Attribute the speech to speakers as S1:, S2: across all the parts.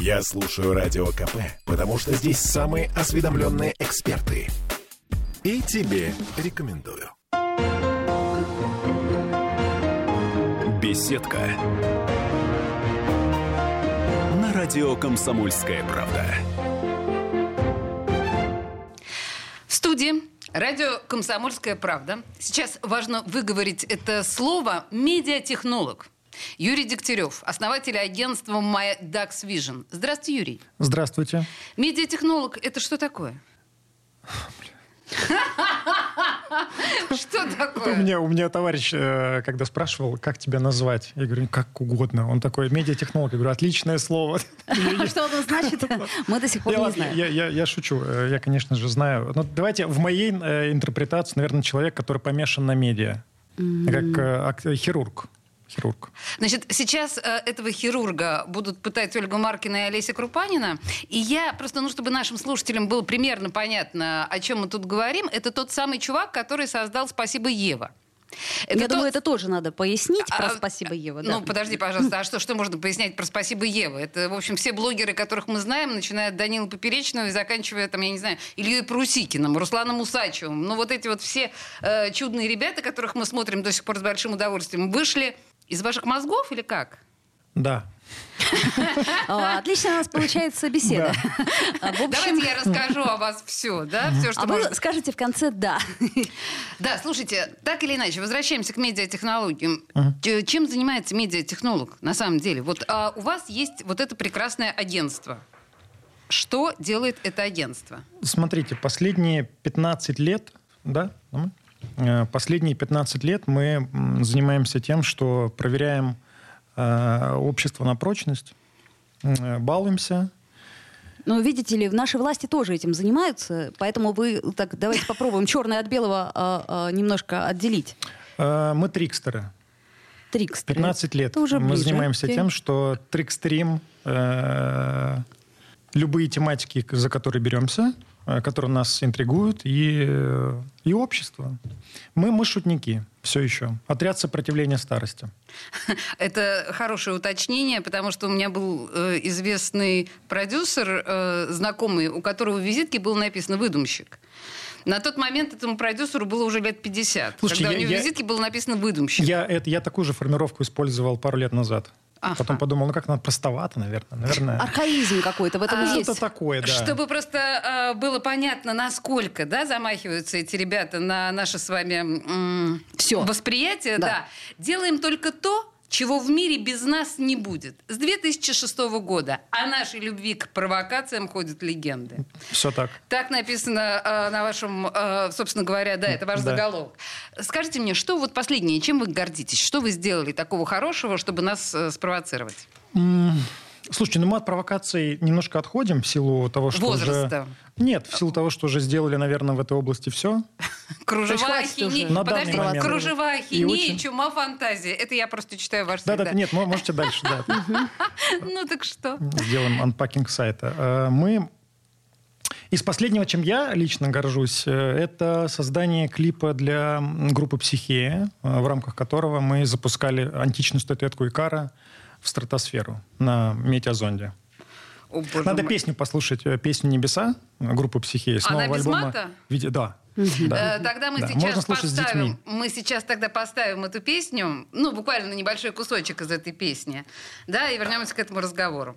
S1: Я слушаю Радио КП, потому что здесь самые осведомленные эксперты. И тебе рекомендую.
S2: Беседка. На радио «Комсомольская правда».
S3: В студии радио «Комсомольская правда». Сейчас важно выговорить это слово «медиатехнолог». Юрий Дегтярев, основатель агентства My Dax Vision. Здравствуйте, Юрий.
S4: Здравствуйте.
S3: Медиатехнолог – это что такое? Что
S4: У
S3: такое?
S4: меня, у меня товарищ, э, когда спрашивал, как тебя назвать, я говорю, «Ну, как угодно. Он такой, медиатехнолог. Я говорю, отличное слово.
S5: А что оно значит, мы до сих пор
S4: Я,
S5: не
S4: ладно,
S5: знаем.
S4: я- я- я шучу, Э, я, конечно же, знаю. Но давайте в моей э, интерпретации, наверное, человек, который помешан на медиа. Как э, ак- э, хирург. Хирург.
S3: Значит, сейчас э, этого хирурга будут пытать Ольга Маркина и Олеся Крупанина. И я просто, ну, чтобы нашим слушателям было примерно понятно, о чем мы тут говорим, это тот самый чувак, который создал «Спасибо, Ева». Это
S5: Я
S3: тот-
S5: думаю, это тоже надо пояснить про
S3: А,
S5: «Спасибо, Ева». да.
S3: Ну, подожди, пожалуйста, а что, что можно пояснять про «Спасибо, Ева»? Это, в общем, все блогеры, которых мы знаем, начиная от Данила Поперечного и заканчивая, там, я не знаю, Ильей Прусикиным, Русланом Усачевым. Ну, вот эти вот все э, чудные ребята, которых мы смотрим до сих пор с большим удовольствием, вышли из ваших мозгов или как?
S4: Да.
S5: А, Отлично у нас получается беседа. А, В общем,
S3: Давайте я расскажу о вас все, да, все, что
S5: а
S3: можно.
S5: вы скажете в конце «да».
S3: Да, слушайте, так или иначе, возвращаемся к медиатехнологиям. Ч- Чем занимается медиатехнолог на самом деле? Вот а, у вас есть вот это прекрасное агентство. Что делает это агентство?
S4: Смотрите, последние 15 лет, да, нормально? Э, последние 15 лет мы м, занимаемся тем, что проверяем э, общество на прочность, э, балуемся.
S5: Ну, видите ли, в нашей власти тоже этим занимаются, поэтому вы так давайте попробуем черное от белого а, а, немножко отделить.
S4: Э, Мы трикстеры.
S5: Трикстеры.
S4: 15 лет
S5: Это уже
S4: мы
S5: ближе
S4: занимаемся
S5: к теме.
S4: тем, что трикстрим, э, любые тематики, к- за которые беремся, э, которые нас интригуют, и, э, и общество. Мы, мы шутники все еще. Отряд сопротивления старости.
S3: Это хорошее уточнение, потому что у меня был э, известный продюсер, э, знакомый, у которого в визитке было написано «выдумщик». На тот момент этому продюсеру было уже лет 50.
S4: Слушайте,
S3: когда у
S4: я-
S3: него в
S4: я-
S3: визитке было написано «выдумщик».
S4: Я, это, я такую же формировку использовал пару лет назад.
S3: Ага.
S4: Потом подумал, ну как, надо простовато, наверное. наверное.
S5: Архаизм какой-то в этом
S3: А,
S5: есть.
S4: Что-то такое, да.
S3: Чтобы просто э, было понятно, насколько да, замахиваются эти ребята на наше с вами м,
S5: Всё.
S3: восприятие. Да.
S5: Да.
S3: Делаем только то, чего в мире без нас не будет. С 2006 года о нашей любви к провокациям ходят легенды.
S4: Все так.
S3: Так написано э, на вашем, э, собственно говоря, да, это ваш
S4: Да.
S3: заголовок. Скажите мне, что вот последнее, чем вы гордитесь? Что вы сделали такого хорошего, чтобы нас э, спровоцировать?
S4: М, Слушайте, ну мы от провокаций немножко отходим в силу того, что
S3: Возраста.
S4: уже... Нет, в силу того, что уже сделали, наверное, в этой области все.
S5: Да
S3: Кружева
S5: хватит
S3: ахинея.
S5: уже.
S4: На данный
S3: Подожди,
S4: момент.
S3: кружева
S4: И
S3: ахинея,
S4: очень-
S3: чума фантазия. Это я просто читаю ваш
S4: Да,
S3: сайт,
S4: да, нет, мо- можете дальше, да.
S3: Ну так что?
S4: Сделаем анпакинг сайта. Э, Мы из последнего, чем я лично горжусь, э, это создание клипа для м, группы «Психея», э, в рамках которого мы запускали античную статуэтку Икара в стратосферу на метеозонде.
S3: О, боже
S4: Надо
S3: мой.
S4: песню послушать, э, песню «Небеса» э, группы «Психея». с
S3: Она
S4: нового
S3: без
S4: альбома.
S3: мата?
S4: Виде- Да.
S3: Э,
S4: да.
S3: Тогда мы
S4: Да, можно
S3: сейчас
S4: слушать с детьми.
S3: поставим, мы сейчас тогда поставим эту песню, ну буквально небольшой кусочек из этой песни, да, и вернемся к этому разговору.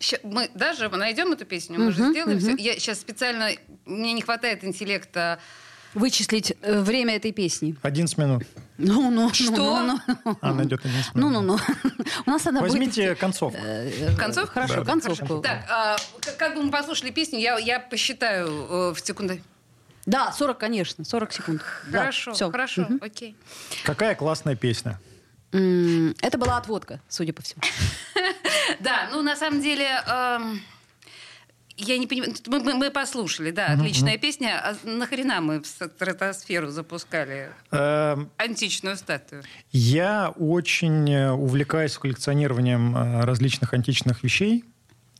S3: Ща- Мы даже найдем эту песню, мы же сделаем все. Я сейчас специально, мне не хватает интеллекта.
S5: Вычислить э, время этой песни.
S4: 11 минут.
S5: Ну, ну, ну,
S3: Что?
S5: ну, ну.
S4: Она идет 11 минут.
S5: Ну, ну, ну. У нас она будет...
S4: Возьмите концовку.
S5: э,
S3: Концовку?
S5: Хорошо,
S4: Да, да,
S5: концовку.
S4: концовку.
S3: Так, а, к- как бы мы послушали песню, я, я посчитаю э, в секунду.
S5: Да, 40, конечно, 40 секунд. Да,
S3: Хорошо,
S5: всё.
S3: хорошо, окей.
S5: Э.
S4: Какая классная песня.
S5: М, Это была отводка, судя по всему.
S3: Да, ну на самом деле. эм, Я не понимаю, мы, мы- мы послушали, да, отличная песня. А нахрена мы в стратосферу запускали
S4: Эм,
S3: античную статую?
S4: Я очень э, увлекаюсь коллекционированием э, различных античных вещей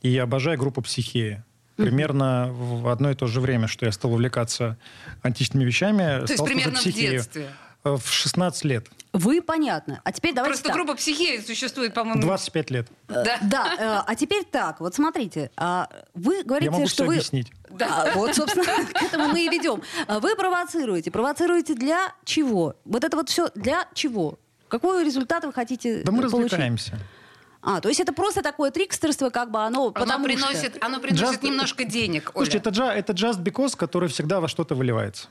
S4: и обожаю группу «Психея». Примерно в одно и то же время, что я стал увлекаться античными вещами,
S3: То есть
S4: стал тоже
S3: примерно в
S4: «Психею».
S3: детстве.
S4: э, в 16 лет.
S5: Вы понятно. А теперь давайте
S3: Просто
S5: так.
S3: группа психеи существует, по-моему.
S4: 25 лет.
S3: Да.
S5: Да, э, а теперь так, вот смотрите, а вы говорите,
S4: Я могу
S5: что
S4: все
S5: вы...
S4: объяснить.
S5: Да, вот, собственно, к этому мы и ведем. А Вы провоцируете. Провоцируете для чего? Вот это вот все для чего? Какой результат вы хотите э,
S4: Да мы
S5: получить?
S4: развлекаемся.
S5: А, то есть это просто такое трикстерство, как бы оно...
S3: Оно
S5: потому что-
S3: приносит, оно приносит
S4: Джаз-
S3: немножко денег, Оля.
S4: Слушайте, это, джа- это just because, который всегда во что-то выливается.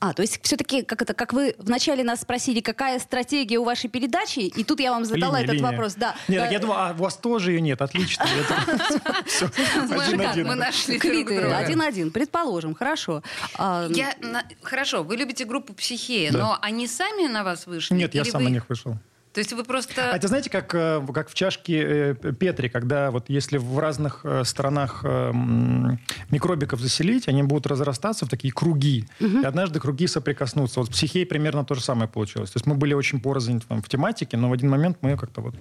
S5: А, то есть все-таки, как это, как вы вначале нас спросили, какая стратегия у вашей передачи, и тут я вам задала
S4: Линия,
S5: этот
S4: линия.
S5: вопрос, да.
S4: Нет,
S5: Да.
S3: Э,
S4: так я думал, а у вас тоже ее нет, отлично. Это всё,
S3: Мы-
S4: один-один.
S3: мы нашли Э, друг
S5: Криды,
S3: друга.
S5: один-один, предположим, хорошо. А,
S3: Я на- Хорошо, вы любите группу психея,
S4: Да.
S3: но они сами на вас вышли?
S4: Нет, я
S3: Или
S4: сам
S3: вы-
S4: на них вышел.
S3: То есть вы просто...
S4: А это знаете, как, э, как в чашке э, Петри, когда вот если в разных э, странах э, м, микробиков заселить, они будут разрастаться в такие круги. И однажды круги соприкоснутся. Вот с психией примерно то же самое получилось. То есть мы были очень порознь там, в тематике, но в один момент мы как-то вот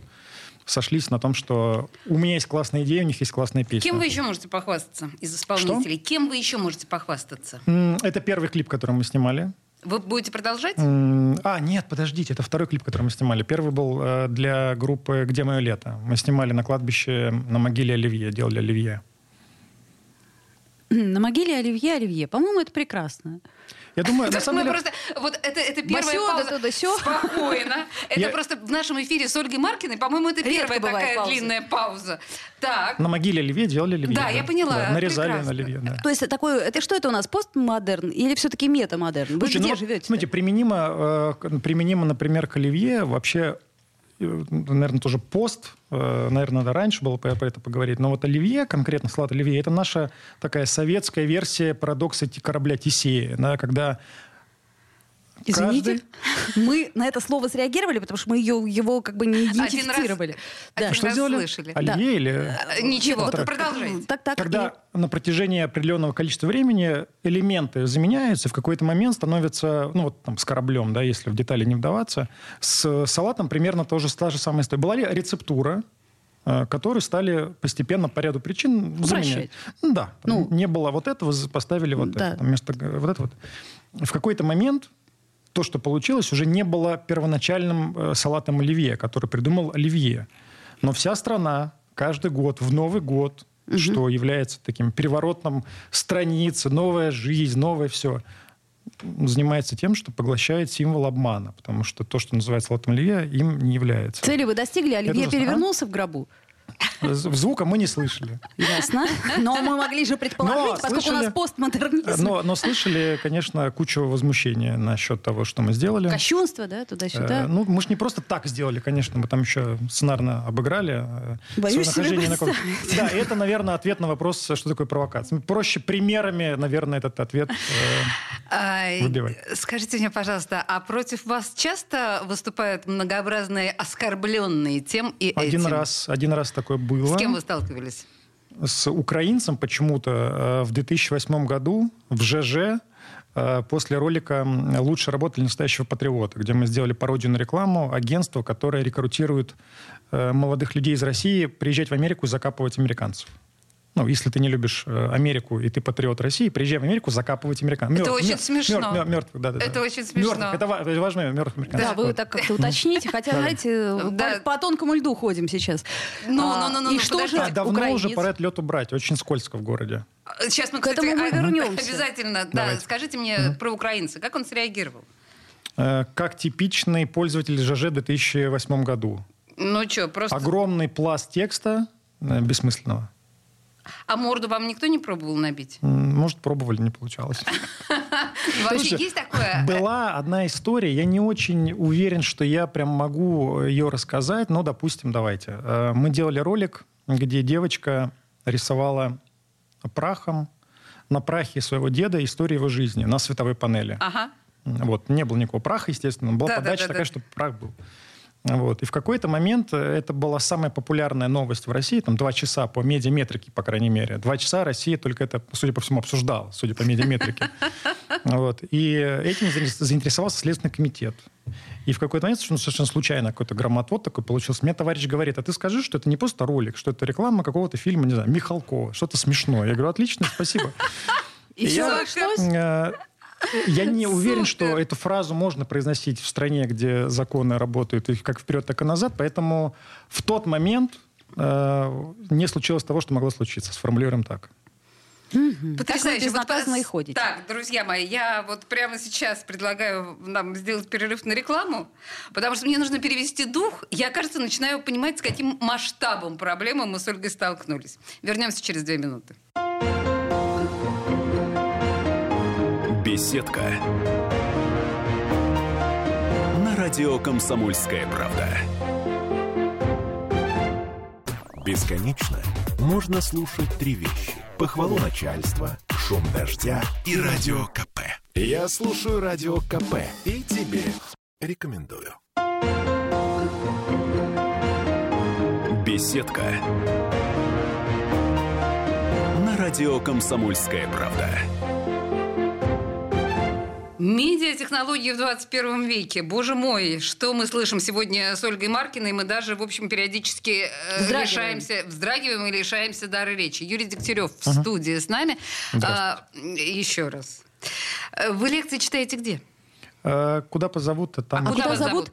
S4: сошлись на том, что у меня есть классные идеи, у них есть классные песни.
S3: Кем вы еще можете похвастаться из исполнителей? Кем вы еще можете похвастаться?
S4: М, Это первый клип, который мы снимали.
S3: Вы будете продолжать?
S4: М, А, нет, подождите, это второй клип, который мы снимали. Первый был э, для группы «Где мое лето?». Мы снимали на кладбище на могиле Оливье, делали Оливье.
S5: На могиле Оливье Оливье. По-моему, это прекрасно.
S4: Я думаю,
S3: То
S4: на
S3: есть
S4: самом
S3: мы
S4: деле...
S3: просто... Вот это, это первая
S5: Басё,
S3: пауза.
S5: да то, да сё.
S3: Спокойно. Это
S4: Я-
S3: просто в нашем эфире с Ольгой Маркиной, по-моему, это
S5: Редко
S3: первая
S5: бывает
S3: такая
S5: пауза.
S3: длинная пауза. Так.
S4: На могиле Оливье делали Оливье.
S3: Да, я поняла,
S4: Да, нарезали
S3: прекрасно.
S4: на Оливье, да.
S5: То есть это такое, это что это у нас, постмодерн или все-таки метамодерн? Вы
S4: Слушайте, ну
S5: где
S4: вот,
S5: живете?
S4: Смотрите, применимо, э, к- применимо, например, к Оливье вообще, э, наверное, тоже пост, э, наверное, да, раньше было по- про это поговорить, но вот Оливье, конкретно салат Оливье, это наша такая советская версия парадокса ти- корабля Тисея, да, когда
S5: Извините, мы на это слово среагировали, потому что мы ее, его как бы не
S3: раз-
S5: идентифицировали.
S3: один
S5: Да.
S3: раз
S4: что сделали?
S3: слышали.
S4: Оливье или...
S3: Э, Ничего,
S5: Вот
S3: вот
S5: так.
S3: продолжайте.
S5: Так, так.
S4: Когда
S5: и-
S4: на протяжении определенного количества времени элементы заменяются, в какой-то момент становятся, ну вот там с кораблем, да, если в детали не вдаваться, с э, салатом примерно тоже та же самая история. Была ли рецептура, э, которую стали постепенно по ряду причин заменять?
S5: Упрощать.
S4: Ну, да.
S5: Ну.
S4: Ну, не было вот этого, за- поставили вот
S5: Да.
S4: это. там, вместо г- вот это вот. В какой-то момент то, что получилось, уже не было первоначальным э, салатом Оливье, который придумал Оливье. Но вся страна каждый год, в Новый год, что является таким переворотным страницы, новая жизнь, новое все, занимается тем, что поглощает символ обмана, потому что то, что называется салатом Оливье, им не является.
S5: Цели вы достигли, Оливье
S4: ужасно,
S5: перевернулся в гробу.
S4: З- Звука мы не слышали.
S5: Ясно. Но мы могли же предположить,
S4: Но
S5: поскольку у
S4: слышали-
S5: нас постмодернизм.
S4: Но, но слышали, конечно, кучу возмущения насчет того, что мы сделали.
S5: Кощунство, да,
S4: Э,
S5: туда-сюда.
S4: Ну, мы же не просто так сделали, конечно, мы там еще сценарно обыграли. э,
S5: Боюсь
S4: своё
S5: себе
S4: нахождение на ком- Да, и это, наверное, ответ на вопрос, что такое провокация. Проще примерами, наверное, этот ответ. э,
S3: А,
S4: Выбивай.
S3: Скажите мне, пожалуйста, а против вас часто выступают многообразные оскорбленные тем и
S4: Один
S3: этим?
S4: раз, один раз такое было.
S3: С кем вы сталкивались?
S4: С украинцем почему-то э, в 2008 году в ЖЖ э, после ролика м, «Лучше работали настоящего патриота», где мы сделали пародию на рекламу агентства, которое рекрутирует э, молодых людей из России приезжать в Америку и закапывать американцев. Ну, если ты не любишь э, Америку и ты патриот России, приезжай в Америку закапывать американцев.
S3: Это очень смешно.
S4: мертвых, да, да, да.
S3: Это очень смешно.
S4: Мёртвых, это ва- это важно, мертвых
S5: Да,
S4: американцев.
S5: вы
S4: Вот.
S5: так как-то уточните, хотя, знаете, э,
S3: Да.
S5: по- по тонкому льду ходим сейчас.
S3: Ну,
S5: А,
S3: ну, ну, ну,
S5: И
S3: ну,
S5: что же
S3: подождите.
S4: А давно уже
S5: украинец?
S4: пора этот лед убрать. Очень скользко в городе.
S3: А, Сейчас мы,
S5: К
S3: кстати,
S5: этому мы
S3: а,
S5: вернёмся.
S3: Обязательно, да.
S4: Давайте.
S3: Скажите мне про украинца. Как он среагировал?
S4: Э, Как типичный пользователь ЖЖ в 2008 году.
S3: Ну что, просто...
S4: Огромный пласт текста э, бессмысленного.
S3: А морду вам никто не пробовал набить?
S4: М, Может, пробовали, не получалось.
S3: Вообще
S4: Слушайте,
S3: есть такое?
S4: Была одна история, я не очень уверен, что я прям могу ее рассказать, но, допустим, давайте. Э, Мы делали ролик, где девочка рисовала прахом на прахе своего деда историю его жизни на световой панели.
S3: Ага.
S4: Вот, не было никакого праха, естественно. Была
S3: Да, да,
S4: подача
S3: да,
S4: такая,
S3: да.
S4: чтобы прах был. Вот. И в какой-то момент э, это была самая популярная новость в России, там два часа по медиаметрике, по крайней мере. Два часа Россия только это, судя по всему, обсуждала, судя по медиаметрике. Вот. И этим заинтерес- заинтересовался Следственный комитет. И в какой-то момент, совершенно- совершенно случайно, какой-то громотвод такой получился. Мне товарищ говорит, а ты скажи, что это не просто ролик, что это реклама какого-то фильма, не знаю, Михалкова, что-то смешное. Я говорю, отлично, спасибо.
S5: И
S4: Я-
S5: все обошлось?
S4: Э, Я не уверен,
S3: Супер.
S4: что эту фразу можно произносить в стране, где законы работают и как вперед, так и назад. Поэтому в тот момент э, не случилось того, что могло случиться. Сформулируем так.
S5: Так вы безнаказанно
S3: Вот,
S5: и ходите.
S3: Так, друзья мои, я вот прямо сейчас предлагаю нам сделать перерыв на рекламу, потому что мне нужно перевести дух. Я, кажется, начинаю понимать, с каким масштабом проблемы мы с Ольгой столкнулись. Вернемся через две минуты.
S2: Беседка. На радио Комсомольская правда.
S1: Бесконечно можно слушать три вещи. Похвалу начальства, шум дождя и радио КП. Я слушаю радио КП и тебе рекомендую.
S2: Беседка. На радио Комсомольская правда.
S3: Медиатехнологии в 21 веке. Боже мой, что мы слышим сегодня с Ольгой Маркиной. Мы даже, в общем, периодически э,
S5: Вздрагиваем.
S3: лишаемся, вздрагиваем и лишаемся дара речи. Юрий Дегтярев в студии с нами. А, еще раз. Э, Вы лекции читаете где?
S4: Э, куда позовут-то там?
S3: А куда
S5: Куда
S3: вас
S5: зовут?
S3: зовут?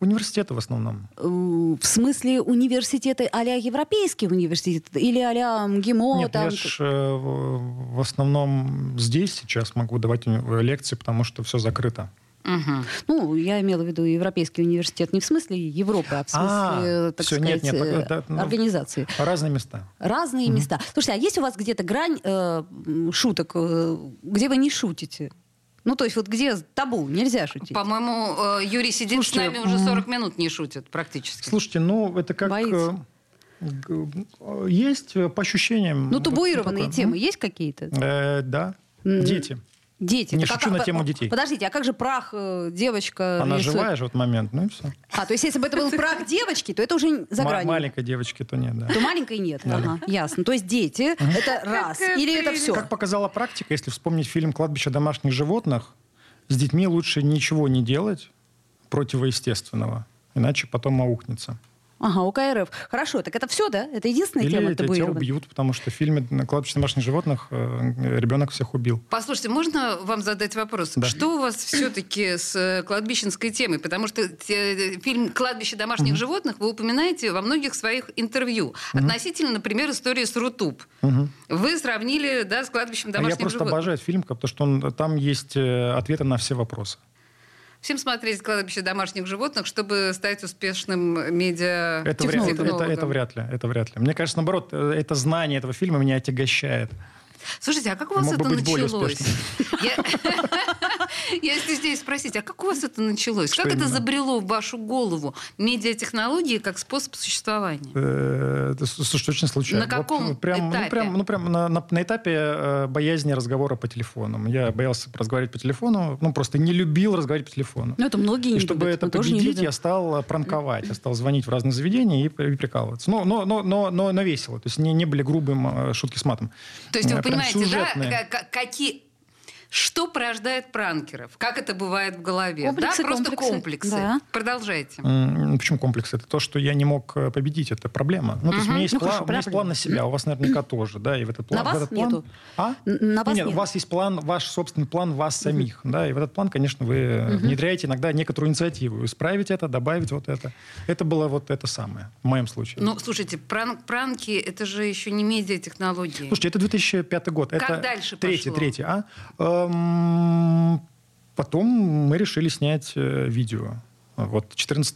S4: Университеты в основном.
S5: Э, В смысле университеты а-ля европейские университеты или а-ля МГИМО?
S4: Нет,
S5: там...
S4: я ж, э, в в основном здесь сейчас могу давать э, лекции, потому что все закрыто.
S3: Мгм.
S5: Ну, я имела в виду европейский университет не в смысле Европы, а в смысле,
S4: А,
S5: э, так
S4: всё,
S5: сказать,
S4: нет, нет,
S5: э,
S4: да, ну.
S5: организации.
S4: Разные места.
S5: Разные места. Слушайте, а есть у вас где-то грань э, м, шуток, э, где вы не шутите? Ну, то есть вот где табу, нельзя шутить.
S3: По-моему, э, Юрий сидит
S4: Слушайте,
S3: с нами уже
S4: м.
S3: 40 минут, не шутит практически.
S4: Слушайте, ну это как...
S5: Боится.
S4: э, г- э, Есть э, по ощущениям...
S5: Ну,
S4: вот
S5: табуированные
S4: такое.
S5: темы есть какие-то?
S4: Э, да.
S5: М.
S4: Дети.
S5: Дети.
S4: Не
S5: Так, а
S4: шучу на
S5: по-
S4: тему детей.
S5: Подождите, а как же прах э, девочка?
S4: Она
S5: рисует?
S4: живая же в этот момент, ну и все.
S5: А, то есть если бы это был прах девочки, то это уже за гранью.
S4: маленькой девочки то нет, да.
S5: То маленькой нет. Ага, ясно. То есть дети, это раз.
S3: Какая
S5: Или это
S3: прелесть.
S5: все.
S4: Как показала практика, если вспомнить фильм «Кладбище домашних животных», с детьми лучше ничего не делать противоестественного, иначе потом аукнется.
S5: Ага, у КРФ. Хорошо, так это все, да? Это единственная
S4: Или
S5: тема
S4: тебя,
S5: табуированная?
S4: убьют, потому что в фильме на «Кладбище домашних животных» э, ребенок всех убил.
S3: Послушайте, можно вам задать вопрос?
S4: Да.
S3: Что у вас все-таки с э, кладбищенской темой? Потому что те- фильм «Кладбище домашних животных» вы упоминаете во многих своих интервью. Относительно, например, истории с Рутуб. Вы сравнили да, с кладбищем
S4: А я
S3: домашних
S4: просто
S3: животных.
S4: обожаю этот фильм, потому что он, там есть э, ответы на все вопросы.
S3: Всем смотреть «Кладбище домашних животных», чтобы стать успешным медиа
S4: Это вряд, это, это- это вряд ли, это вряд ли. Мне кажется, наоборот, э, это знание этого фильма меня отягощает.
S3: Слушайте, а как у вас
S4: Мог бы
S3: это
S4: быть более
S3: началось? Я я стесняюсь спросить, а как у вас это началось?
S4: Что
S3: Как это
S4: именно?
S3: забрело в вашу голову? Медиатехнологии как способ существования?
S4: Э, это, с- слушай, очень случайно.
S3: На каком
S4: Вот прям,
S3: этапе?
S4: Ну, прям, ну, прям на, на- на этапе э, боязни разговора по телефону. Я боялся разговаривать по телефону, ну, просто не любил разговаривать по телефону.
S5: Ну, это многие
S4: И
S5: не
S4: чтобы
S5: любят,
S4: это
S5: мы тоже не
S4: победить,
S5: любим.
S4: я стал э, пранковать. Я стал звонить в разные заведения и, п- и прикалываться. Но, но, но, но, но, но весело. То есть не, не были грубым э, шутки с матом.
S3: То есть вы
S4: Э, прям
S3: понимаете,
S4: сюжетные.
S3: да, к- к- какие... Что порождает пранкеров? Как это бывает в голове?
S5: Комплексы,
S3: да, просто
S5: комплексы.
S3: комплексы.
S5: Да.
S3: Продолжайте.
S4: М, Почему комплекс? Это то, что я не мог э, победить, это проблема. Ну, то есть у меня есть,
S5: Ну,
S4: план,
S5: хорошо,
S4: у меня есть
S5: проблема.
S4: план на себя, у вас наверняка тоже, да, и в этот план.
S5: На
S4: в
S5: вас
S4: этот план-
S5: нету.
S4: А?
S5: Н- на
S4: Ну,
S5: вас
S4: Нет,
S5: нет.
S4: у вас есть план, ваш собственный план вас самих, да, и в этот план, конечно, вы э, внедряете иногда некоторую инициативу, исправить это, добавить вот это. Это было вот это самое, в моем случае.
S3: Ну, слушайте, пран- пранки это же еще не медиатехнологии.
S4: Слушайте, это 2005 год.
S3: Как
S4: это
S3: дальше
S4: Третий,
S3: пошло?
S4: третий, а? Эм, Потом мы решили снять э, видео. Вот 14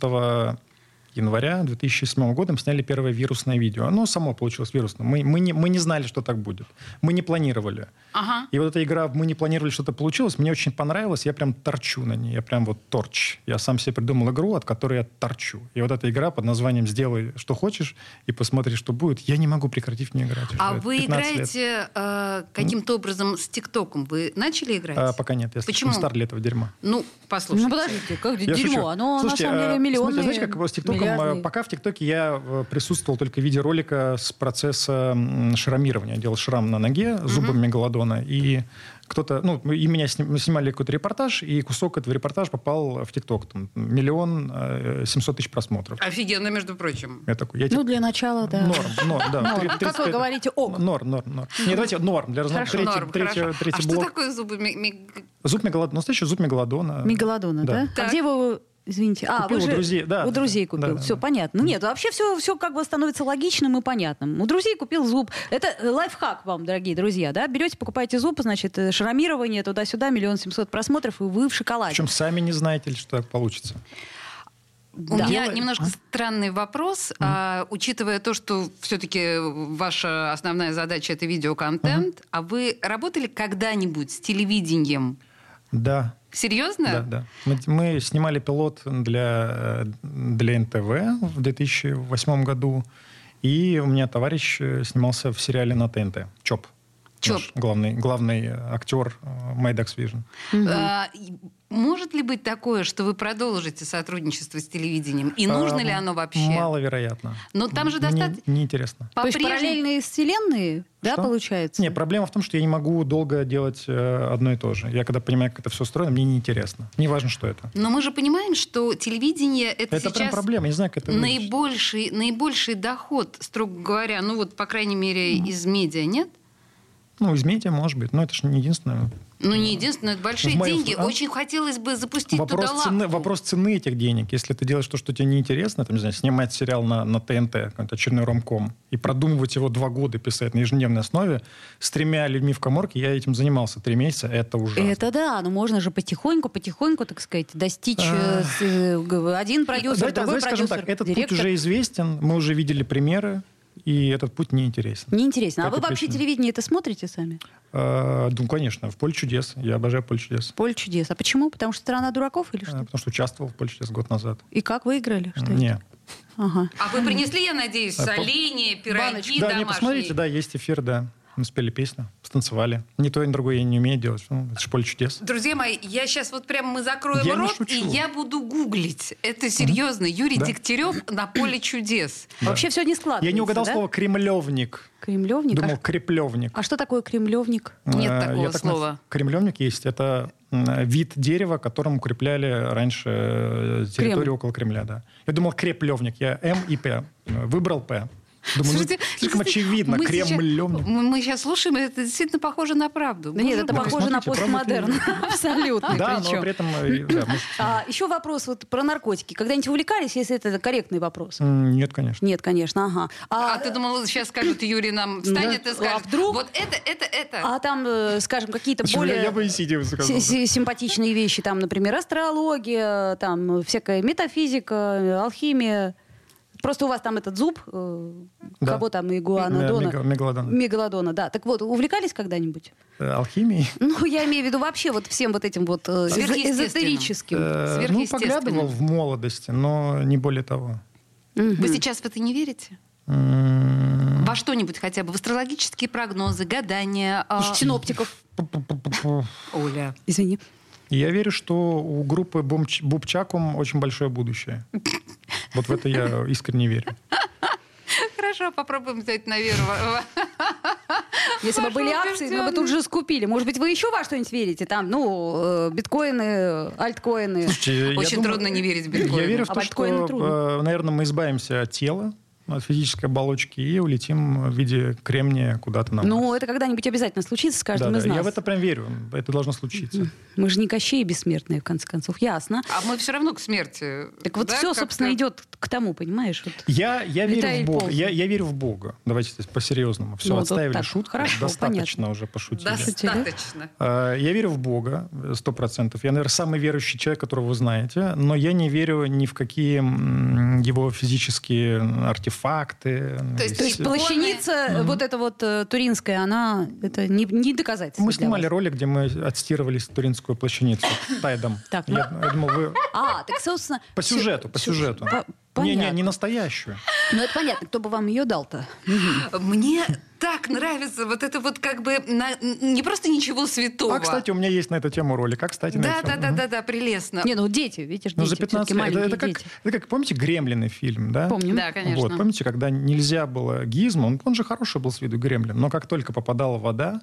S4: января 2007 года мы сняли первое вирусное видео. Оно само получилось вирусным. Мы, мы, не, мы не знали, что так будет. Мы не планировали.
S3: Ага.
S4: И вот эта игра «Мы не планировали, что-то получилось» мне очень понравилась. Я прям торчу на ней. Я прям вот торч. Я сам себе придумал игру, от которой я торчу. И вот эта игра под названием «Сделай, что хочешь, и посмотри, что будет». Я не могу прекратить в нее играть. уже
S3: А вы
S4: 15 лет.
S3: играете э, каким-то образом с ТикТоком? Вы начали играть?
S4: А, пока нет, я
S3: Почему?
S4: слишком стар для этого дерьма.
S3: Ну,
S5: Ну,
S3: послушайте.
S5: подождите, как
S4: Я
S5: дерьмо,
S4: шучу.
S5: оно
S4: Слушайте,
S5: на самом
S4: а,
S5: деле миллионы.
S4: Смотрите, знаете, как с ТикТоком Поэтому э,
S5: Грязный.
S4: пока в ТикТоке я э, присутствовал только в виде ролика с процесса м, шрамирования. Я Делал шрам на ноге зубом мегалодона. И кто-то, ну, и меня сни- мы снимали какой-то репортаж, и кусок этого репортажа попал в ТикТок. Там Миллион э, 700 тысяч просмотров.
S3: Офигенно, между прочим.
S4: Я такой, я
S6: Ну,
S4: типа,
S6: для начала, да.
S4: Норм, норм, да.
S6: Норм.
S4: Три-
S6: Как
S4: 35
S6: вы говорите, ок.
S4: Норм, норм, норм. Не, давайте норм. Для разнообразия.
S6: Хорошо,
S4: третий,
S3: Норм,
S4: третий-
S3: хорошо.
S4: третий
S3: а
S4: блок.
S3: что такое зубы? ми- ми-
S4: Зуб мегалодона. Настоящий зуб мегалодона.
S6: Мегалодона, да?
S5: А
S3: Так.
S5: где вы его, извините, а,
S4: Купил
S5: вы
S4: у
S5: же-
S4: друзей, да.
S5: у друзей купил.
S4: Да,
S5: все
S4: да.
S5: понятно. Нет, вообще все, все как бы становится логичным и понятным. У друзей купил зуб. Это э, лайфхак вам, дорогие друзья, да? Берете, покупаете зуб, значит, э, шрамирование туда-сюда, миллион семьсот просмотров, и вы в шоколаде.
S4: Причем сами не знаете, ли, что так получится.
S3: У меня немножко странный вопрос, а, учитывая то, что все-таки ваша основная задача это видеоконтент, а вы работали когда-нибудь с телевидением?
S4: Да,
S3: Серьезно?
S4: да, да. Мы, мы снимали пилот для, э, для НТВ в 2008 году. И у меня товарищ э, снимался в сериале на ТНТ. ЧОП.
S3: ЧОП.
S4: Наш главный, главный актер э, Майдакс Вижн.
S3: А, и может ли быть такое, что вы продолжите сотрудничество с телевидением? И
S4: А,
S3: нужно ли оно вообще?
S4: Маловероятно.
S3: Но там же
S4: Мне
S3: достаточно-
S4: Неинтересно.
S5: То есть
S3: По-прежнему-
S5: параллельные вселенные, да,
S4: Что?
S5: получается?
S4: Не, проблема в том, что я не могу долго делать э, одно и то же. Я когда понимаю, как это все устроено, мне неинтересно. Не важно, что это.
S3: Но мы же понимаем, что телевидение это,
S4: Это прям
S3: сейчас
S4: проблема, я не знаю, как это вылечить.
S3: наибольший, наибольший доход, строго говоря, ну вот, по крайней мере, из медиа, нет?
S4: Ну, из медиа, может быть, но это же не единственное.
S3: Ну, не единственное, это большие
S4: В моем
S3: деньги.
S4: ф- а?
S3: Очень хотелось бы запустить
S4: Вопрос
S3: туда
S4: цены,
S3: лапку.
S4: вопрос цены этих денег. Если ты делаешь то, что тебе неинтересно, там, не знаю, снимать сериал на, на ТНТ, какой-то очередной ромком, и продумывать его два года, писать на ежедневной основе, с тремя людьми в коморке, я этим занимался три месяца, это ужасно.
S5: Это да, но можно же потихоньку, потихоньку, так сказать, достичь э, с, э, г- один продюсер,
S4: Давайте-
S5: другой
S4: давайте скажем
S5: продюсер,
S4: так, этот
S5: директор.
S4: путь уже известен, мы уже видели примеры, и этот путь неинтересен.
S5: Неинтересно. А
S4: Как
S5: вы вообще
S4: обычно.
S5: телевидение это смотрите сами?
S4: Э, ну, конечно, в поле чудес. Я обожаю поле чудес.
S5: Поле чудес. А почему? Потому что страна дураков или
S4: Э,
S5: что?
S4: Потому что участвовал в поле чудес год назад.
S5: И как выиграли? Что это?
S4: Не.
S5: Ага.
S3: А вы принесли, я надеюсь,
S4: А, по-
S3: соленья, пироги
S4: Да, не,
S3: домашние?
S4: посмотрите, да, есть эфир, да. Мы спели песню, станцевали. Ни то, ни другое я не умею делать. Ну, это же поле чудес.
S3: Друзья мои, я сейчас вот прям мы закроем
S4: Я не
S3: рот, и
S4: шучу.
S3: я буду гуглить. Это серьезно. Юрий
S4: Да.
S3: Дегтярев на поле чудес.
S5: Вообще все не складывается,
S4: Я не угадал
S5: да?
S4: слово «кремлевник».
S5: Кремлевник?
S4: Думал,
S5: А-
S4: креплевник.
S5: А что такое кремлевник?
S3: А, Нет
S4: Э,
S3: такого
S4: я так наз-
S3: слова.
S4: Кремлевник есть. Это м, вид дерева, которым укрепляли раньше э, территорию
S5: Кремль.
S4: около Кремля, да. Я думал креплевник. Я М и П. э, Выбрал П. Думаю, ну,
S3: Слушайте,
S4: слишком
S3: если-
S4: очевидно.
S3: мы сейчас-
S4: Кремлевник.
S3: мы- Мы сейчас слушаем, и это действительно похоже на правду.
S5: Да нет,
S3: Боже
S5: это
S3: мой.
S5: похоже на
S4: ну, посмотрите, правда,
S5: постмодерн.
S3: а,
S5: Абсолютно.
S4: Да, но
S5: причем.
S4: при этом... э, да, мы-
S5: А, еще вопрос вот про наркотики. Когда-нибудь увлекались, если это корректный вопрос?
S4: М, Нет, конечно.
S5: Нет, конечно, ага.
S3: А
S5: А,
S3: ты думала, сейчас скажут, Юрий нам встанет
S5: Да.
S3: и скажет,
S5: А вдруг?
S3: вот это, это, это.
S5: а там, э, скажем, какие-то
S4: Почему?
S5: более...
S4: Я- Я бы и сидел сказал.
S5: Си- си- симпатичные вещи, там, например, астрология, там всякая метафизика, алхимия. Просто у вас там этот зуб, э,
S4: Да.
S5: кого там, игуанодона?
S4: Мега- мегалодона.
S5: Мегалодона, да. Так вот, увлекались когда-нибудь?
S4: Э, Алхимией.
S5: Ну, я имею в виду вообще вот всем вот этим вот э, эзо-
S3: Сверхъестественным.
S5: эзотерическим.
S4: Э, Ну,
S3: Сверхъестественным.
S4: поглядывал в молодости, но не более того.
S3: Вы сейчас в это не верите?
S5: А,
S4: М,
S3: Во что-нибудь хотя бы? В астрологические прогнозы, гадания? а-
S5: Синоптиков.
S4: пу-пу-пу-пу.
S3: Оля.
S5: Извини.
S4: Я верю, что у группы Бумч- Бубчакум очень большое будущее. Вот в это я искренне верю.
S3: Хорошо, попробуем взять на веру.
S5: Если бы
S3: Ваши
S5: были акции, мы бы тут же скупили. Может быть, вы еще во что-нибудь верите? Там, ну, э, биткоины, э, альткоины.
S4: Слушайте, я
S3: Очень
S4: думаю-
S3: трудно не верить биткоину.
S4: Я верю в
S5: А
S4: то,
S5: биткоину трудно.
S4: что, э, наверное, мы избавимся от тела, от физической оболочки и улетим в виде кремния куда-то на Марс.
S5: Ну, это когда-нибудь обязательно случится с каждым
S4: Да-да,
S5: из нас.
S4: Я в это прям верю. Это должно случиться.
S5: Мы же не кощей бессмертные, в конце концов. Ясно.
S3: А мы все равно к смерти.
S5: Так вот
S3: да,
S5: все,
S3: как-то?
S5: собственно, идет к тому, понимаешь? Вот.
S4: Я, я верю
S5: Летает
S4: в Бога.
S5: ползает.
S4: Я, я верю в Бога. Давайте здесь по-серьезному. Все,
S5: Ну, вот
S4: отставили
S5: так.
S4: шутку.
S5: Хорошо,
S4: Достаточно
S5: понятно.
S4: уже пошутили.
S3: Достаточно.
S4: Э, Я верю в Бога, сто процентов. Я, наверное, самый верующий человек, которого вы знаете, но я не верю ни в какие м, его физические артефакты.
S3: То есть
S5: То есть
S3: Иконы.
S5: плащаница, э, вот эта вот э, туринская, она это не, не доказательство.
S4: Мы
S5: для
S4: снимали
S5: вас.
S4: ролик, где мы отстирывались туринскую плащаницу тайдом.
S5: Так, ну-
S4: я, я думал, вы
S5: А, так, собственно...
S4: по
S5: всё-
S4: сюжету, по
S5: всё-
S4: сюжету.
S5: по-
S4: Не, не,
S5: понятно.
S4: не настоящую.
S5: Ну, это понятно, кто бы вам ее дал-то.
S3: Мне так нравится вот это вот как бы на- не просто ничего святого.
S4: А, кстати, у меня есть на эту тему ролик. А, кстати, на
S3: да,
S4: эту
S3: да,
S4: тему.
S3: да,
S4: Мгм.
S3: да, да, прелестно.
S6: Не, ну дети, видишь, дети.
S4: А. Ну, за 15
S6: всё-таки
S4: лет. Это,
S6: маленькие
S4: это как,
S6: дети.
S4: это как, помните, гремлины фильм, да?
S6: Помню.
S3: Да, конечно.
S4: Вот, помните, когда нельзя было гизм, он, он же хороший был с виду гремлин, но как только попадала вода,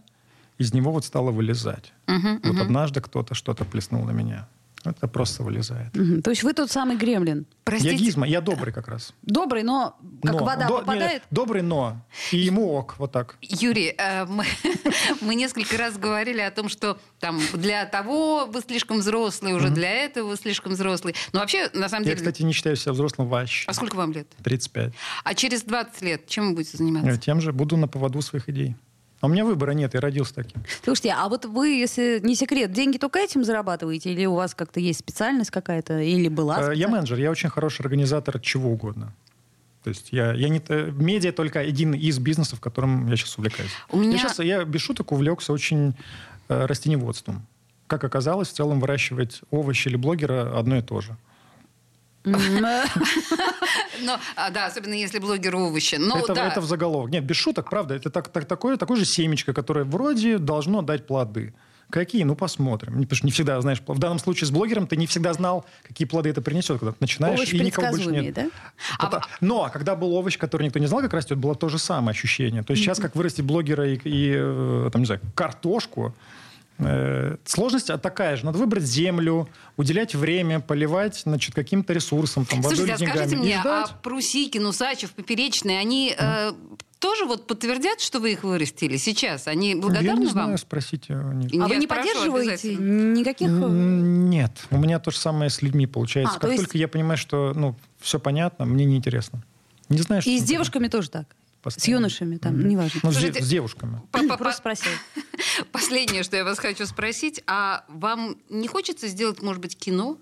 S4: из него вот стало вылезать.
S3: Мгм,
S4: Вот однажды кто-то что-то плеснул на меня. Это просто вылезает.
S6: Мгм. То есть вы тот самый гремлин.
S3: Простите.
S4: Я гизма, я добрый как раз.
S6: Добрый, но...
S5: Как
S4: Но.
S5: вода
S4: До-
S5: попадает?
S4: нет, добрый, но. И ему ок, вот так.
S3: Юрий, э, мы, мы несколько раз говорили о том, что там для того вы слишком взрослый, уже для этого вы слишком взрослый. Но вообще, на самом
S4: Я,
S3: деле...
S4: кстати, не считаю себя взрослым вообще.
S3: А сколько вам лет?
S4: 35.
S3: А через 20 лет чем вы будете
S4: Я
S3: заниматься?
S4: тем же буду на поводу своих идей. А у меня выбора нет, я родился таким.
S5: Слушайте, а вот вы, если не секрет, деньги только этим зарабатываете? Или у вас как-то есть специальность какая-то? Или была?
S4: Э, Я
S5: специальность?
S4: менеджер, я очень хороший организатор чего угодно. То есть я, я не... т- Медиа только один из бизнесов, которым я сейчас увлекаюсь.
S3: У меня-
S4: Я сейчас, я без шуток увлекся очень э, растеневодством. Как оказалось, в целом выращивать овощи или блогера одно и то же.
S3: Но, а, да, особенно если блогер овощи. Но,
S4: это,
S3: Ну да.
S4: это в заголовок. Нет, без шуток, правда. Это так, так, такое, такое же семечко, которое вроде должно дать плоды. Какие? Ну, посмотрим. Не- Потому что не всегда знаешь. В данном случае с блогером ты не всегда знал, какие плоды это принесет, когда ты начинаешь,
S6: Овощ
S4: и никого больше
S6: предсказуемее,
S4: нет.
S6: да?
S3: А
S4: Пота- Но когда был овощ, который никто не знал, как растет, было то же самое ощущение. То есть сейчас, как вырастить блогера и, и, э, там, не знаю, картошку, э, сложность а, такая же. Надо выбрать землю, уделять время, поливать значит, каким-то ресурсом, там, водой
S3: Слушайте, а
S4: или деньгами.
S3: скажите
S4: И
S3: мне, а
S4: ждать.
S3: Прусикин, Усачев, Поперечный, они э, тоже вот подтвердят, что вы их вырастили сейчас? Они
S4: Я
S3: благодарны
S4: не
S3: вам?
S4: знаю, спросите у них.
S5: А
S3: Я
S5: вы не
S3: спрашивала
S5: поддерживаете
S3: обязательно.
S5: никаких... э,
S4: М, Нет, у меня то же самое с людьми получается.
S5: А, то
S4: как
S5: есть-
S4: только я понимаю, что ну, все понятно, мне неинтересно. Не знаю, что...
S5: И с
S4: там
S5: девушками тоже так? С
S4: постоянно.
S5: юношами, там,
S4: Мгм.
S5: неважно.
S4: Ну, с де-
S3: Слушайте,
S4: с девушками.
S3: По- по-
S5: Просто спросил.
S3: Последнее, что я вас хочу спросить, а вам не хочется сделать, может быть, кино?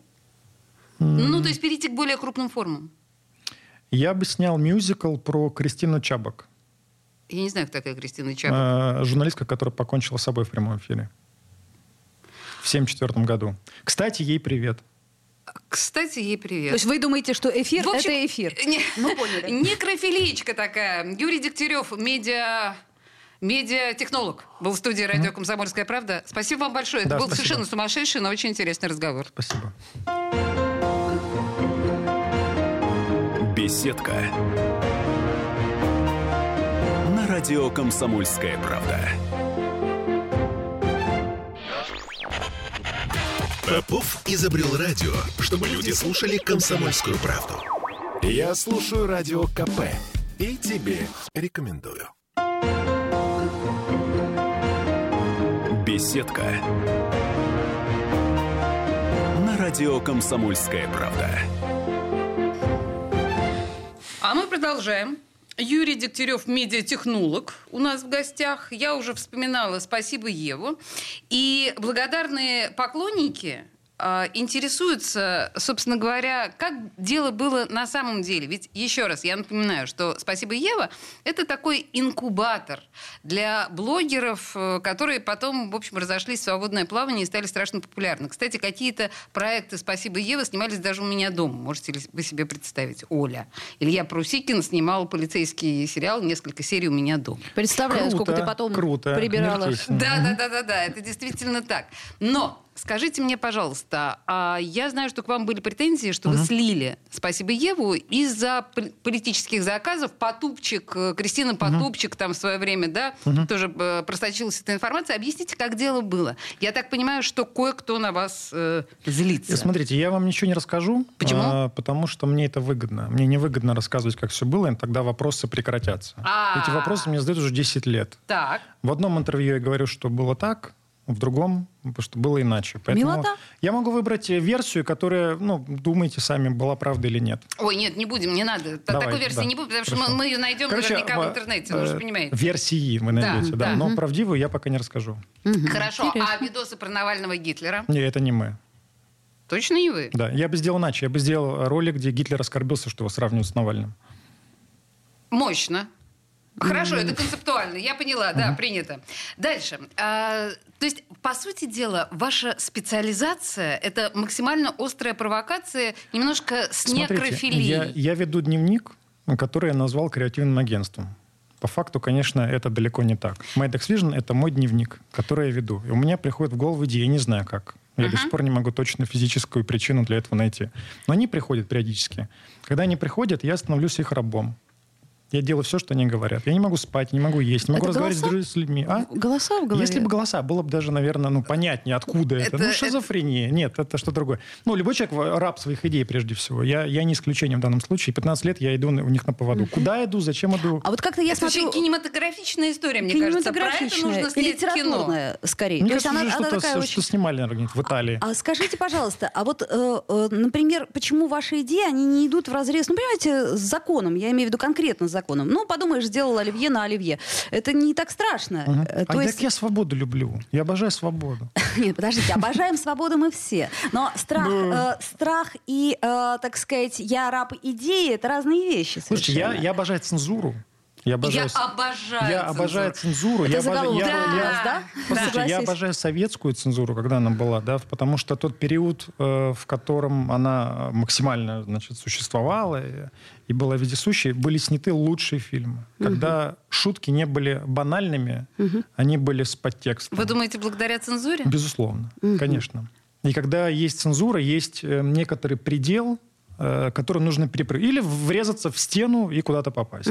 S3: Ну, то есть перейти к более крупным формам.
S4: Я бы снял мюзикл про Кристину Чабок.
S3: Я не знаю, кто такая Кристина Чапа.
S4: Э, журналистка, которая покончила с собой в прямом эфире. В 1974 году. Кстати, ей привет.
S3: Кстати, ей привет.
S5: То есть вы думаете, что эфир
S3: Э,
S5: —
S3: В общем, э,
S5: это эфир?
S3: Не,
S5: Мы поняли.
S3: Некрофиличка такая. Юрий Дегтярев, медиа... Медиатехнолог был в студии радио «Комсомольская правда». Спасибо вам большое. Это
S4: Ну. Да,
S3: был
S4: спасибо.
S3: совершенно сумасшедший, но очень интересный разговор.
S4: Спасибо.
S2: Беседка. На радио Комсомольская правда.
S1: Попов изобрел радио, чтобы люди слушали комсомольскую правду. Я слушаю радио КП и тебе рекомендую.
S2: Беседка. На радио Комсомольская правда.
S3: А мы продолжаем. Юрий Дегтярев, медиатехнолог, у нас в гостях. Я уже вспоминала «Спасибо Еву». И благодарные поклонники а, интересуются, собственно говоря, как дело было на самом деле. Ведь, еще раз, я напоминаю, что «Спасибо Ева» — это такой инкубатор для блогеров, э, которые потом, в общем, разошлись в свободное плавание и стали страшно популярны. Кстати, какие-то проекты «Спасибо Ева» снимались даже у меня дома. Можете ли вы себе представить? Оля. Илья Прусикин снимал полицейский сериал, несколько серий у меня дома.
S6: Представляю,
S4: Круто,
S6: сколько ты потом
S4: круто,
S6: прибирала.
S4: нертись.
S3: Да, да, да, да, да, это действительно так. Но скажите мне, пожалуйста, а я знаю, что к вам были претензии, что вы слили «Спасибо Еву» из-за пол- политических заказов. Потупчик, э, Кристина Потупчик там в свое время, да, тоже э, просочилась эта информация. Объясните, как дело было. Я так понимаю, что кое-кто на вас э,
S4: И
S3: злится.
S4: Смотрите, я вам ничего не расскажу.
S3: Почему?
S4: а, потому что мне это выгодно. Мне невыгодно рассказывать, как все было, и тогда вопросы прекратятся.
S3: А.
S4: Эти вопросы мне задают уже 10 лет.
S3: Так,
S4: В одном интервью я говорю, что было так, в другом, потому что было иначе. Поэтому
S5: Милота.
S4: я могу выбрать э, версию, которая, ну, думаете сами, была правда или нет.
S3: ой, нет, не будем, не надо. Т-
S4: Давай,
S3: Такой версии
S4: да.
S3: не будет, потому что
S4: Хорошо.
S3: мы, мы ее найдем
S4: Короче,
S3: наверняка
S4: э,
S3: в интернете, вы же
S4: э,
S3: понимаете.
S4: Версии вы
S3: Да,
S4: найдете, да.
S3: да.
S4: Но правдивую я пока не расскажу.
S3: Хорошо, а видосы про Навального и Гитлера?
S4: Не, это не мы.
S3: Точно не вы?
S4: Да, я бы сделал иначе. Я бы сделал ролик, где Гитлер оскорбился, что его сравнивают с Навальным.
S3: Мощно. Хорошо, это концептуально. Я поняла, да, принято. Дальше. А, то есть, по сути дела, ваша специализация – это максимально острая провокация, немножко с
S4: Смотрите, я,
S3: некрофилией.
S4: я веду дневник, который я назвал креативным агентством. По факту, конечно, это далеко не так. My Dex Vision — это мой дневник, который я веду. И у меня приходят в голову идеи, я не знаю как. Я до сих пор не могу точно физическую причину для этого найти. Но они приходят периодически. Когда они приходят, я становлюсь их рабом. Я делаю все, что они говорят. Я не могу спать, не могу есть, не могу
S6: Это
S4: разговаривать
S6: голоса?
S4: с друз- с людьми. А?
S6: Голоса в голове?
S4: Если бы голоса, было бы даже, наверное, ну, понятнее, откуда это.
S3: Это-
S4: Ну, шизофрения. Нет, это что другое. Ну, любой человек в- раб своих идей, прежде всего. Я, я не исключение в данном случае. 15 лет я иду на- у них на поводу. Куда иду, зачем иду?
S6: А вот как-то я
S3: Это очень
S6: смотрю...
S3: кинематографичная история, мне кажется. Про это
S6: кинематографичная
S3: нужно
S6: и
S3: снять кино.
S6: литературная, скорее.
S4: Мне
S6: То есть
S4: кажется,
S6: она,
S4: уже
S6: она
S4: что-то
S6: такая
S4: что-
S6: очень...
S4: что снимали, наверное, где-нибудь в Италии.
S6: А скажите, пожалуйста, а вот, э, э, например, почему ваши идеи, они не идут в разрез, ну, понимаете, с законом, я имею в виду конкретно с законом. Ну, подумаешь, сделал оливье на оливье. Это не так страшно.
S4: Мгм.
S6: Э,
S4: А
S6: То
S4: так я свободу люблю. Я обожаю свободу.
S6: Нет, подождите, обожаем свободу мы все. Но страх,
S4: Да.
S6: э, страх и, э, так сказать, я раб идеи, это разные вещи
S4: Слушайте, я,
S6: совершенно.
S4: я обожаю цензуру. Я
S3: Я
S4: обожаю... с-
S3: обожаю.
S4: Я обожаю цензуру.
S6: Это
S4: я обожаю,
S6: заголовок
S4: я-
S6: был у
S4: я-
S6: нас, да?
S4: Послушайте, я
S6: Согласись.
S4: обожаю советскую цензуру, когда она была, да, потому что тот период, э, в котором она э, максимально, значит, существовала и, и была вездесущей, были сняты лучшие фильмы, когда шутки не были банальными, они были с подтекстом.
S3: Вы думаете, благодаря цензуре?
S4: Безусловно, конечно. И когда есть цензура, есть э, некоторый предел, э, который нужно перепрыгнуть. Или врезаться в стену и куда-то попасть.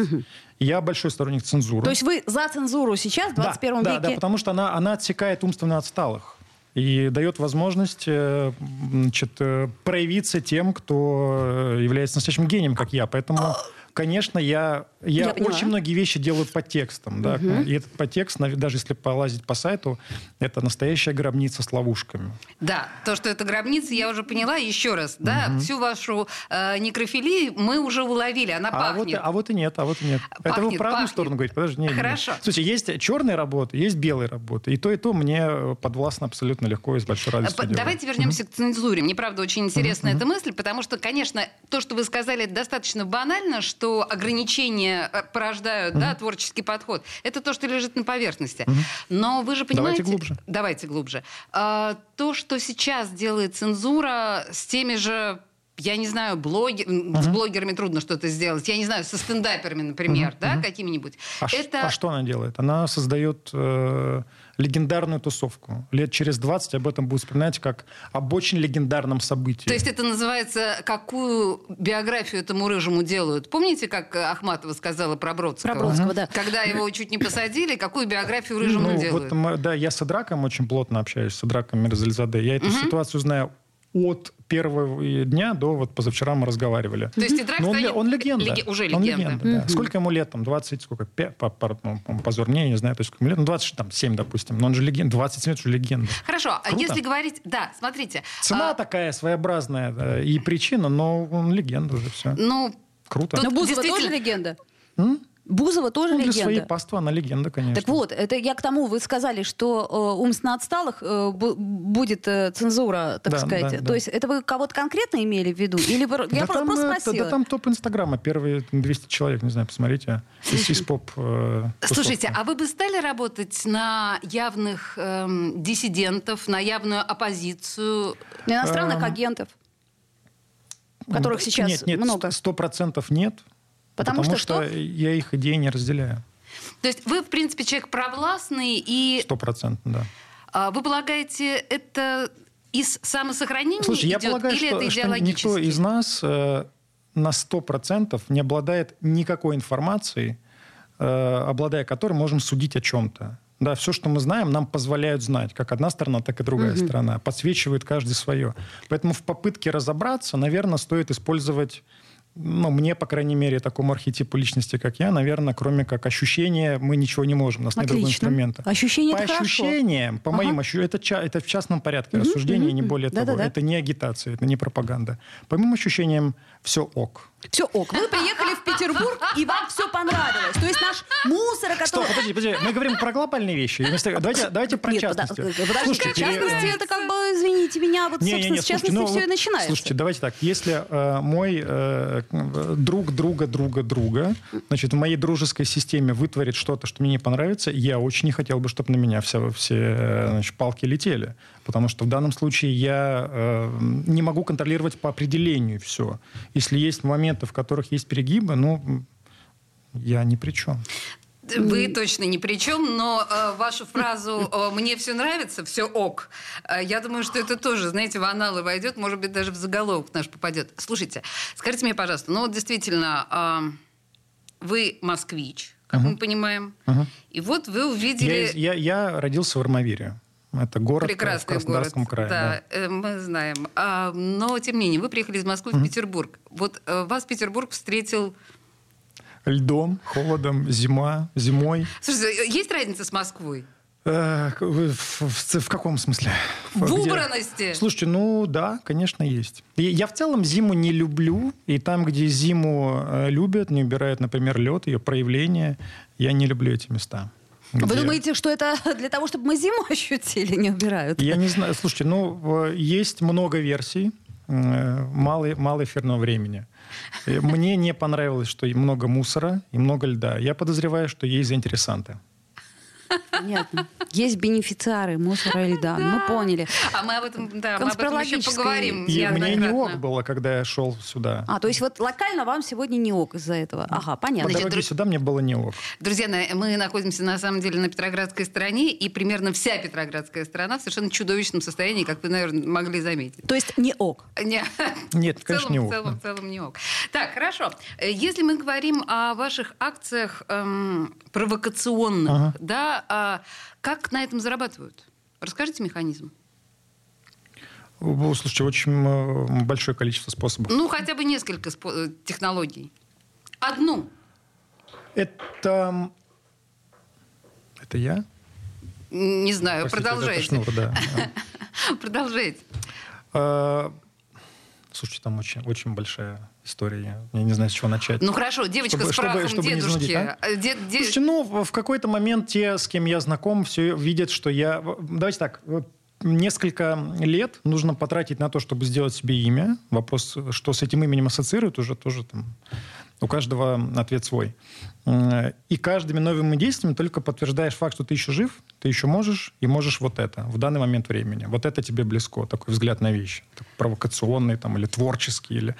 S4: Я большой сторонник цензуры.
S6: То есть вы за цензуру сейчас, в 21
S4: да,
S6: веке?
S4: Да, да, потому что она, она отсекает умственно отсталых и дает возможность э, м, значит, э, проявиться тем, кто э, является настоящим гением, как я. Поэтому, конечно, я, я,
S6: Я поняла.
S4: очень многие вещи делаю под текстом. Да? И этот подтекст, нав- даже если полазить по сайту, это настоящая гробница с ловушками.
S3: Да, то, что это гробница, я уже поняла еще раз. Да, всю вашу э, некрофилию мы уже уловили. Она
S4: А вот,
S3: пахнет.
S4: а вот и нет, а вот и нет. это вы
S3: Пахнет,
S4: в правду
S3: пахнет.
S4: сторону говорите? Подожди, не, не, не.
S3: Хорошо.
S4: Слушайте, есть черные работы, есть белые работы. И то, и то мне э, подвластно абсолютно легко и с большой
S3: Э,
S4: радостью
S3: по-
S4: делаю.
S3: Давайте вернемся к цензуре. Мне, правда, очень интересна эта мысль, потому что, конечно, то, что вы сказали, это достаточно банально, что ограничения э, порождают да, творческий подход. Это то, что лежит на поверхности. Но вы же понимаете...
S4: Давайте глубже.
S3: Давайте глубже. А, То, что сейчас делает цензура с теми же я не знаю, блоги... м, с блогерами трудно что-то сделать. Я не знаю, со стендаперами, например, да, какими-нибудь.
S4: А, ш- а что она делает? Она создает э, легендарную тусовку. Лет через 20 об этом будут вспоминать как об очень легендарном событии.
S3: То есть это называется, какую биографию этому рыжему делают? Помните, как э, Ахматова сказала про Бродского?
S6: Про Бродского, да.
S3: Когда его чуть не посадили, какую биографию рыжему
S4: ну,
S3: делают?
S4: вот мы- да, я с Адраком очень плотно общаюсь, с Адраком Мирзализаде. Я эту ситуацию знаю от первого и дня до вот позавчера мы разговаривали.
S3: То есть Идрак
S4: Но Ну, он,
S3: станет
S4: ле- он легенда.
S3: леге- уже
S4: Он
S3: легенда.
S4: легенда, да. Сколько ему лет? Там 20, сколько? Пе- по- по- ну, по- позор мне, я не знаю, то есть сколько ему лет. Ну, 27, допустим. Но он же легенда. 27 лет уже легенда.
S3: Хорошо, а
S4: Круто.
S3: если говорить... Да, смотрите.
S4: Цена
S3: а,
S4: такая своеобразная э, и причина, но он легенда уже все.
S3: ну,
S4: Круто.
S3: тут
S6: Но Бузова тоже
S3: действительно-
S6: легенда?
S4: М?
S6: Бузова тоже
S4: Ну, для
S6: легенда?
S4: своей паства она легенда, конечно.
S6: Так вот, это я к тому, вы сказали, что э, умственно отсталых э, бу- будет э, цензура, так
S4: Да,
S6: сказать.
S4: да, да.
S6: То есть это вы кого-то конкретно имели в виду? Или вы- я
S4: да,
S6: про-
S4: там,
S6: просто
S4: э,
S6: спросила.
S4: да, да там топ Инстаграма, первые 200 человек, не знаю, посмотрите. а. Из, из поп э, тусовки.
S3: Слушайте, а вы бы стали работать на явных эм, диссидентов, на явную оппозицию?
S6: На иностранных
S4: Эм,
S6: агентов, которых сейчас
S4: нет, нет,
S6: много.
S4: Сто процентов нет.
S6: Потому что что?
S4: я их идеи не разделяю.
S3: То есть вы, в принципе, человек провластный, и
S4: Сто процентов, да.
S3: а, вы полагаете, это из самосохранения
S4: Слушай, я
S3: идет
S4: полагаю,
S3: или
S4: что,
S3: это
S4: что
S3: идеологически?
S4: никто из нас э, на 100% не обладает никакой информацией, э, обладая которой можем судить о чем-то. Да, все, что мы знаем, нам позволяют знать, как одна сторона, так и другая сторона. Подсвечивает каждый свое. Поэтому в попытке разобраться, наверное, стоит использовать, ну, мне, по крайней мере, такому архетипу личности, как я, наверное, кроме как ощущения, мы ничего не можем, у нас нет другого
S6: Отлично.
S4: инструмента.
S6: Ощущение
S4: по
S6: это хорошо.
S4: ощущениям, по моим
S6: Ага.
S4: ощущениям, это, ча- это в частном порядке рассуждение, не более того.
S6: Да-да-да.
S4: Это не агитация, это не пропаганда. По моим ощущениям, все ок.
S6: Все ок. Вы приехали в Петербург, и вам все понравилось. То есть наш мусор,
S4: Стоп,
S6: который...
S4: подожди, подожди. Мы говорим про глобальные вещи. И вместо- Давайте, давайте про
S6: Нет, пода-
S4: частности.
S6: подожди,
S4: Слушайте,
S6: в частности,
S4: э,
S6: это как бы, извините меня, вот,
S4: Не,
S6: собственно,
S4: не, не,
S6: с
S4: слушайте,
S6: частности
S4: ну,
S6: все и
S4: вот,
S6: начинается.
S4: Слушайте, давайте так. Если э, мой э, друг друга друга друга, значит, в моей дружеской системе вытворит что-то, что мне не понравится, я очень не хотел бы, чтобы на меня все, все э, значит, палки летели. Потому что в данном случае я э, не могу контролировать по определению все. Если есть моменты, в которых есть перегибы, ну, м, я ни при чем.
S3: Вы точно ни при чем, но э, вашу фразу э, «мне все нравится, все ок», э, я думаю, что это тоже, знаете, в аналы войдет, может быть, даже в заголовок наш попадет. Слушайте, скажите мне, пожалуйста, ну вот действительно, э, вы москвич, как
S4: Мгм.
S3: мы понимаем,
S4: Мгм.
S3: и вот вы
S4: Я,
S3: увидели...
S4: из- я, я родился в Армавире. Это город э, в
S3: Прекрасный город.
S4: Краснодарском крае.
S3: да, э, мы знаем. А, но, тем не менее, вы приехали из Москвы в Петербург. Вот э, вас Петербург встретил...
S4: да. Льдом, холодом, зима, зимой.
S3: Слушайте, э, есть разница с Москвой?
S4: Э, к- В, в- в ц- в каком смысле?
S3: В
S4: Где-
S3: убранности?
S4: Слушайте, ну да, конечно, есть. И я в целом зиму не люблю, и там, где зиму э, любят, не убирают, например, лед, ее проявление, я не люблю эти места.
S6: Вы
S4: Где-
S6: думаете, что это для того, чтобы мы зиму ощутили, не убирают?
S4: Я не знаю. Слушайте, ну э, есть много версий, э, мало, мало эфирного времени. Э, Мне не понравилось, что и много мусора и много льда. Я подозреваю, что есть заинтересанты.
S6: Понятно. Есть бенефициары мусора и льда. Мы поняли.
S3: А мы об этом, да, мы об этом еще
S6: Конспирологическое.
S3: поговорим.
S4: И мне не
S3: неоднократно.
S4: ок было, когда я шел сюда.
S6: А, то есть вот локально вам сегодня не ок из-за этого. Ага,
S4: По
S6: понятно.
S3: значит,
S4: дороге
S3: друг-
S4: сюда мне было не ок.
S3: Друзья, на- мы находимся на самом деле на Петроградской стороне, и примерно вся Петроградская сторона в совершенно чудовищном состоянии, как вы, наверное, могли заметить.
S6: То есть не ок.
S3: Не,
S4: Нет,
S3: в
S4: конечно,
S3: целом,
S4: не
S3: В
S4: ок,
S3: целом, в целом не ок. Так, хорошо. Э, Если мы говорим о ваших акциях эм, провокационных,
S4: Ага.
S3: да, а как на этом зарабатывают? Расскажите механизм.
S4: О, Слушайте, очень э, большое количество способов.
S3: Ну, хотя бы несколько спо- э, технологий. Одну.
S4: Это... Это я?
S3: М, Не знаю,
S4: Простите, это
S3: Э, продолжайте.
S4: Шнур, да.
S3: Продолжайте.
S4: А, Слушайте, там очень, очень большая история. Я- Я не знаю, с чего начать.
S3: Ну хорошо, девочка
S4: Чтобы-
S3: с
S4: чтобы-
S3: прахом
S4: чтобы не
S3: дедушки.
S4: занудить, а?
S3: Э, дед- де-
S4: Слушайте, ну, в в какой-то момент те, с кем я знаком, все видят, что я... в- Давайте так, вот несколько лет нужно потратить на то, чтобы сделать себе имя. Вопрос, что с этим именем ассоциируют, уже тоже там... У каждого ответ свой. М, И каждыми новыми действиями только подтверждаешь факт, что ты еще жив, ты еще можешь, и можешь вот это в данный момент времени. Вот это тебе близко, такой взгляд на вещи. Такой провокационный там, или творческий. Или...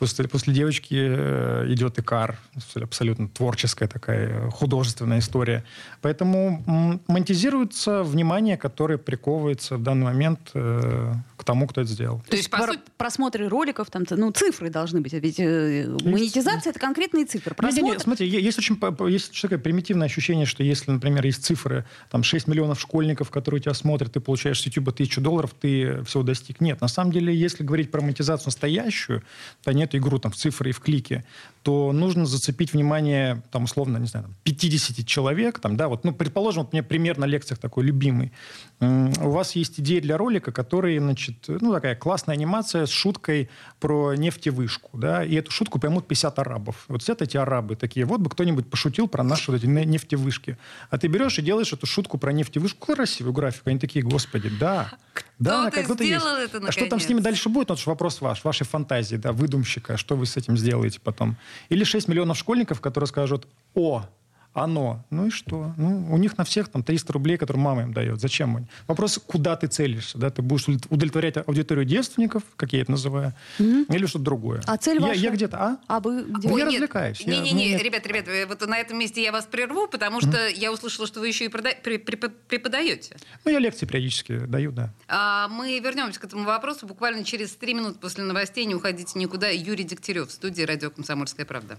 S4: После, после девочки э, идет Икар. Абсолютно творческая такая э, художественная история. Поэтому м, монетизируется внимание, которое приковывается в данный момент э, к тому, кто это сделал.
S3: То есть, по
S6: Про-
S3: сути,
S6: просмотры роликов, там, ц- ну, цифры должны быть. Ведь э,
S3: Ну,
S6: монетизация это конкретные цифры.
S4: Не-не-не,
S6: Просмотр
S4: смотри, е- есть очень, по- по- есть очень такое примитивное ощущение, что если, например, есть цифры, там, 6 миллионов школьников, которые тебя смотрят, ты получаешь с YouTube тысячу долларов, ты всего достиг. Нет, на самом деле, если говорить про монетизацию настоящую, то нет игру там в цифры и в клике, то нужно зацепить внимание, там, условно, не знаю, там, 50 человек, там, да, вот, ну, предположим, вот у меня пример на лекциях такой любимый. М, У вас есть идея для ролика, который, значит, ну, такая классная анимация с шуткой про нефтевышку, да, и эту шутку поймут 50 арабов. Вот сидят эти арабы такие, вот бы кто-нибудь пошутил про наши вот эти не- нефтевышки. А ты берешь и делаешь эту шутку про нефтевышку, красивую графику, они такие, господи, да. да,
S3: Кто-то
S4: как-то есть».
S3: сделал это,
S4: А что там с
S3: наконец?
S4: ними дальше будет, ну, это же вопрос ваш, вашей фантазии, да, выдумщика, что вы с этим сделаете потом. Или 6 миллионов школьников, которые скажут «О!» Оно. Ну и что? Ну, у них на всех там 300 рублей, которые мама им дает. Зачем они? Вопрос, куда ты целишься, да? Ты будешь удовлет- удовлетворять аудиторию девственников, как я это называю, или что-то другое.
S6: А цель
S4: я,
S6: ваша?
S4: Я где-то, а?
S6: А вы где?
S4: Я
S3: Ой, нет.
S4: развлекаюсь. я-
S3: Не-не-не,
S4: мне-
S3: ребят, ребят, э, вот на этом месте я вас прерву, потому что я услышала, что вы еще и прода- пре- пре- преподаете.
S4: Ну, я лекции периодически даю, да.
S3: А мы вернемся к этому вопросу буквально через три минуты после новостей. Не уходите никуда. Юрий Дегтярев в студии «Радио Комсомольская правда».